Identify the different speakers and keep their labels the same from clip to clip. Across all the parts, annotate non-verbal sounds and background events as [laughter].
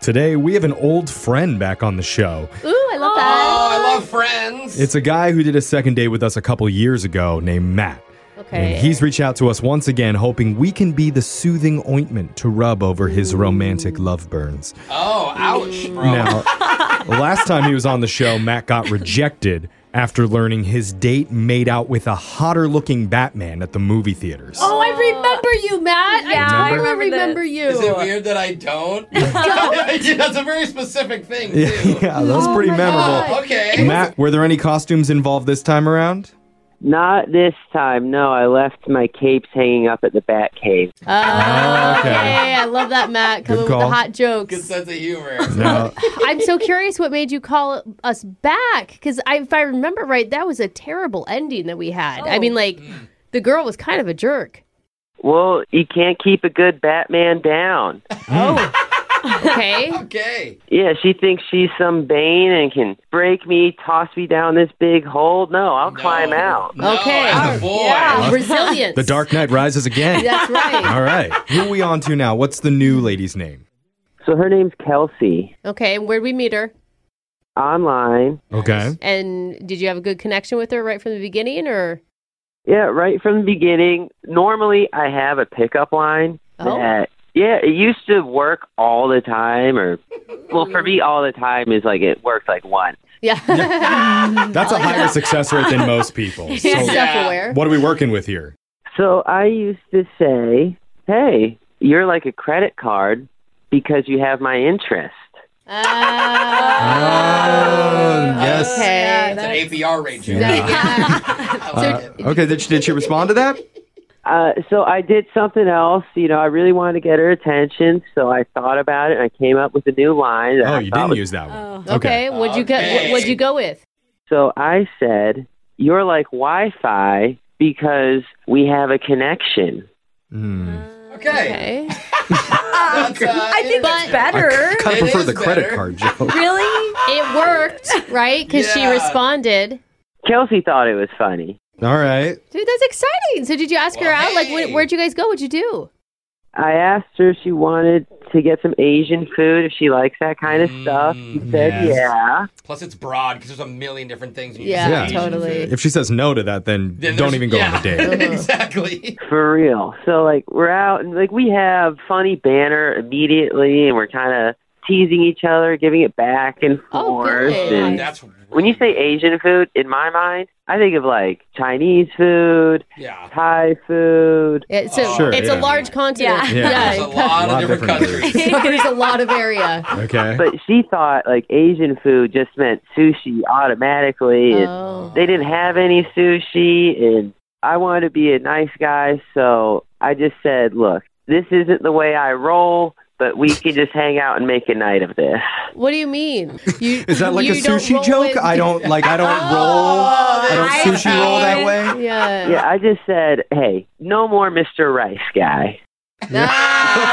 Speaker 1: Today, we have an old friend back on the show.
Speaker 2: Ooh, I love that.
Speaker 3: Oh, I love friends.
Speaker 1: It's a guy who did a second date with us a couple years ago named Matt.
Speaker 3: Oh.
Speaker 2: Okay.
Speaker 1: And he's reached out to us once again, hoping we can be the soothing ointment to rub over his romantic love burns.
Speaker 3: oh, ouch, bro.
Speaker 1: Now, last time he was on the show, Matt got rejected after learning his date made out with a hotter looking Batman at the movie theaters.
Speaker 4: Oh, I remember you, Matt.
Speaker 2: Yeah,
Speaker 4: I totally
Speaker 2: I
Speaker 4: remember,
Speaker 2: remember this.
Speaker 4: you.
Speaker 3: Is it weird that I don't? [laughs] That's a very specific
Speaker 1: [laughs]
Speaker 3: thing,
Speaker 1: [laughs]
Speaker 3: too.
Speaker 1: yeah, that was pretty
Speaker 4: my
Speaker 1: memorable.
Speaker 4: God.
Speaker 3: Oh, okay.
Speaker 1: Matt, were there any costumes involved this time around?
Speaker 5: Not this time. No, I left my capes hanging up at the Bat Cave.
Speaker 4: Uh,
Speaker 1: Ah,
Speaker 2: Oh,
Speaker 1: okay.
Speaker 2: okay. I love that, Matt. Coming with
Speaker 1: call.
Speaker 2: the hot
Speaker 3: Good
Speaker 2: jokes.
Speaker 3: sense of humor.
Speaker 1: No.
Speaker 2: I'm so curious what made you call us back because I, if I remember right, that was a terrible ending that we had.
Speaker 3: Oh.
Speaker 2: I mean, like,
Speaker 3: Hmm.
Speaker 2: the girl was kind of a jerk.
Speaker 5: Well, you can't keep a good Batman down.
Speaker 3: [laughs]
Speaker 2: Okay.
Speaker 3: Okay.
Speaker 5: Yeah, she thinks she's some Bane and can break me, toss me down this big hole. No, I'll climb out.
Speaker 3: No,
Speaker 2: Okay.
Speaker 3: as a boy.
Speaker 2: yeah. Resilience.
Speaker 1: The Dark Knight rises again.
Speaker 2: That's right.
Speaker 1: All right. Who are we on to now? What's the new lady's name?
Speaker 5: So her name's Kelsey.
Speaker 2: Okay. and Where'd we meet her?
Speaker 5: Online.
Speaker 1: Okay.
Speaker 2: And did you have a good connection with her right from the beginning or?
Speaker 5: Yeah, right from the beginning. Normally, I have a pickup line
Speaker 2: Oh.
Speaker 5: that, yeah, it used to work all the time, or, well, for me, all the time is like it worked like once.
Speaker 2: Yeah. [laughs]
Speaker 1: That's a higher success rate than most people. So
Speaker 2: Self-aware.
Speaker 1: what are we working with here?
Speaker 5: So I used to say, hey, you're like a credit card because you have my interest.
Speaker 2: Ah.
Speaker 1: Oh, yes.
Speaker 2: Okay.
Speaker 3: It's an APR rate, Jim.
Speaker 1: Yeah.
Speaker 3: I like it.
Speaker 1: Uh, Okay, did she, did she respond to that?
Speaker 5: Uh, so I did something else. You know, I really wanted to get her attention, so I thought about it and I came up with a new line. that
Speaker 1: Oh,
Speaker 5: I
Speaker 1: you
Speaker 5: thought
Speaker 1: didn't
Speaker 5: was-
Speaker 1: use that one.
Speaker 2: [laughs] Oh, Okay. What'd you go?
Speaker 3: Okay.
Speaker 2: What'd you go with?
Speaker 5: So I said, you're like Wi Fi because we have a connection.
Speaker 1: Hmm.
Speaker 3: Okay.
Speaker 2: Okay.
Speaker 3: That's, uh,
Speaker 4: I think that's better.
Speaker 1: Kind
Speaker 3: It
Speaker 1: of prefer
Speaker 3: is
Speaker 1: the credit
Speaker 3: better.
Speaker 1: card joke. [laughs]
Speaker 4: Really?
Speaker 2: [laughs] It worked, right? Because she
Speaker 3: Yeah.
Speaker 2: responded.
Speaker 5: Kelsey thought it was funny.
Speaker 1: All right.
Speaker 2: Dude, that's exciting. So did you ask her
Speaker 3: Well,
Speaker 2: out? Like,
Speaker 3: hey.
Speaker 2: wh- where'd you guys go? What'd you do?
Speaker 5: I asked her if she wanted to get some Asian food, if she likes that kind of stuff. She said,
Speaker 1: Mm, yes.
Speaker 5: yeah.
Speaker 3: Plus, it's broad because there's a million different things. You
Speaker 2: Yeah,
Speaker 3: can say.
Speaker 2: totally.
Speaker 1: If she says no to that, then,
Speaker 3: Then
Speaker 1: don't
Speaker 3: there's-
Speaker 1: even go on the
Speaker 3: yeah.
Speaker 1: date.
Speaker 3: [laughs] exactly.
Speaker 5: For real. So like we're out and like we have funny banter immediately and we're kinda teasing each other, giving it back and
Speaker 2: Oh,
Speaker 5: forth.
Speaker 2: good.
Speaker 5: and
Speaker 3: That's
Speaker 5: when you say Asian food, in my mind, I think of like Chinese food,
Speaker 3: yeah.
Speaker 5: Thai food.
Speaker 2: Yeah, so
Speaker 1: Sure,
Speaker 2: it's
Speaker 1: yeah.
Speaker 2: a large continent.
Speaker 4: Yeah.
Speaker 1: Yeah.
Speaker 3: There's a
Speaker 1: lot
Speaker 3: lot of different
Speaker 1: different
Speaker 3: countries. [laughs]
Speaker 2: So [laughs] there's a lot of area.
Speaker 1: Okay.
Speaker 5: [laughs] But she thought like Asian food just meant sushi automatically and
Speaker 2: Oh.
Speaker 5: they didn't have any sushi and I wanted to be a nice guy, so I just said, Look, this isn't the way I roll, but we can just hang out and make a night of this.
Speaker 2: What do you mean? You,
Speaker 1: Is that like a
Speaker 2: you don't
Speaker 1: sushi
Speaker 2: roll
Speaker 1: joke?
Speaker 2: with-
Speaker 1: I don't like. I don't roll. I don't
Speaker 4: I
Speaker 1: sushi roll that way.
Speaker 2: Yeah.
Speaker 5: Yeah, I just said, Hey, no more Mr. Rice guy.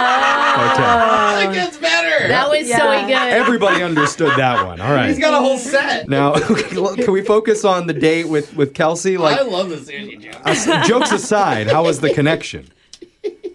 Speaker 1: Yeah.
Speaker 3: That gets better.
Speaker 2: That was so
Speaker 4: Yeah.
Speaker 2: good.
Speaker 1: Everybody understood that one. All
Speaker 3: He's
Speaker 1: right.
Speaker 3: got a whole set.
Speaker 1: Now, [laughs] can we focus on the date with with Kelsey?
Speaker 3: I
Speaker 1: Like,
Speaker 3: love the sushi joke.
Speaker 1: as- jokes aside, how was the connection?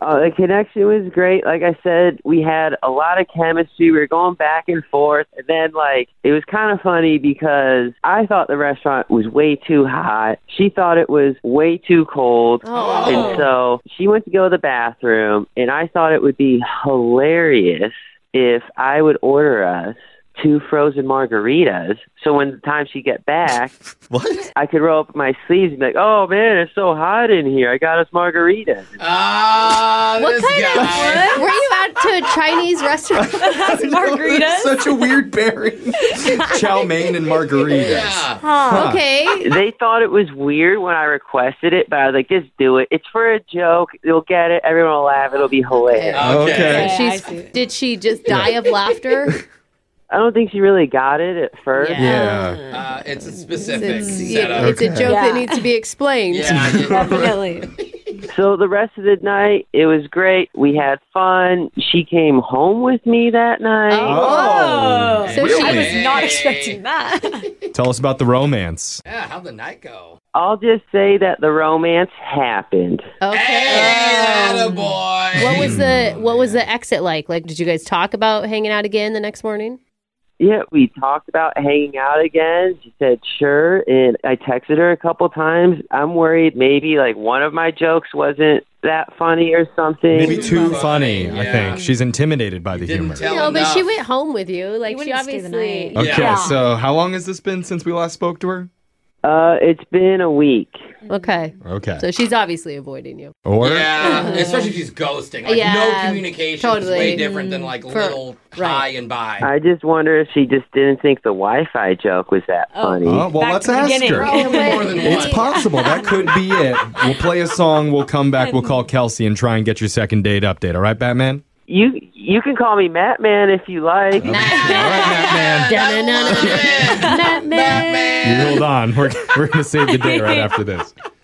Speaker 5: Uh, the connection was great. Like I said, we had a lot of chemistry. We were going back and forth. And then, like, it was kind of funny because I thought the restaurant was way too hot. She thought it was way too cold.
Speaker 2: Oh.
Speaker 5: And so she went to go to the bathroom. And I thought it would be hilarious if I would order us two frozen margaritas. So when the time she get back,
Speaker 1: What?
Speaker 5: I could roll up my sleeves and be like, oh, man, it's so hot in here. I got us margaritas.
Speaker 3: Ah,
Speaker 2: What
Speaker 3: this
Speaker 2: kind
Speaker 3: guy.
Speaker 2: of were you out to a Chinese restaurant?
Speaker 4: That's margaritas. [laughs]
Speaker 1: That's Such a weird pairing. [laughs] Chow mein and margaritas.
Speaker 3: Yeah.
Speaker 4: Huh.
Speaker 2: Okay.
Speaker 5: they thought it was weird when I requested it, but I was like, just do it. It's for a joke. You'll get it. Everyone will laugh. It'll be hilarious.
Speaker 3: Okay.
Speaker 1: Okay.
Speaker 4: Yeah, I
Speaker 2: She's,
Speaker 4: see.
Speaker 2: did she just die of laughter?
Speaker 5: I don't think she really got it at first.
Speaker 2: Yeah.
Speaker 1: Yeah.
Speaker 3: Uh, it's a specific
Speaker 2: It's,
Speaker 3: setup.
Speaker 2: it's a joke
Speaker 4: Okay.
Speaker 2: that needs to be explained.
Speaker 3: yeah.
Speaker 4: Definitely.
Speaker 5: So the rest of the night, it was great. We had fun. She came home with me that night.
Speaker 1: Oh.
Speaker 2: So she
Speaker 3: Really?
Speaker 4: I was not
Speaker 3: Hey.
Speaker 4: expecting that.
Speaker 1: Tell us about the romance.
Speaker 3: Yeah, how'd the night go?
Speaker 5: I'll just say that the romance happened.
Speaker 2: Okay.
Speaker 3: Hey, boy.
Speaker 2: What was the what was the exit like? Like, did you guys talk about hanging out again the next morning?
Speaker 5: Yeah, we talked about hanging out again. She said sure, and I texted her a couple times. I'm worried maybe like one of my jokes wasn't that funny or something.
Speaker 1: Maybe too funny,
Speaker 3: Funny,
Speaker 1: I
Speaker 3: yeah.
Speaker 1: think. She's intimidated by the
Speaker 3: didn't
Speaker 1: humor.
Speaker 3: tell-
Speaker 2: No, but she
Speaker 3: enough.
Speaker 2: went home with you. Like, she
Speaker 4: wouldn't stay the
Speaker 2: obviously.
Speaker 4: night.
Speaker 1: Okay,
Speaker 4: Yeah.
Speaker 1: so how long has this been since we last spoke to her?
Speaker 5: Uh, it's been a week.
Speaker 2: Okay.
Speaker 1: Okay.
Speaker 2: So she's obviously avoiding you.
Speaker 1: or
Speaker 3: Yeah, especially if she's ghosting. Like, no
Speaker 2: Oh. Yeah,
Speaker 3: communication
Speaker 2: totally.
Speaker 3: is way different than, like, little
Speaker 2: right.
Speaker 3: high and by.
Speaker 5: I just wonder if she just didn't think the Wi-Fi joke was that funny.
Speaker 1: Oh, well,
Speaker 4: Back
Speaker 1: let's
Speaker 4: to the
Speaker 1: ask
Speaker 4: beginning.
Speaker 1: her.
Speaker 2: [laughs]
Speaker 4: Oh,
Speaker 3: More than one.
Speaker 1: It's possible. That could be it. We'll play a song. We'll come back. We'll call Kelsey and try and get your second date update. All right, Batman?
Speaker 5: You you can call me Matt Man if you like.
Speaker 1: All right, Batman.
Speaker 2: Da-na-na-na.
Speaker 3: Batman.
Speaker 1: You hold on. We're, we're going to save the date right after this.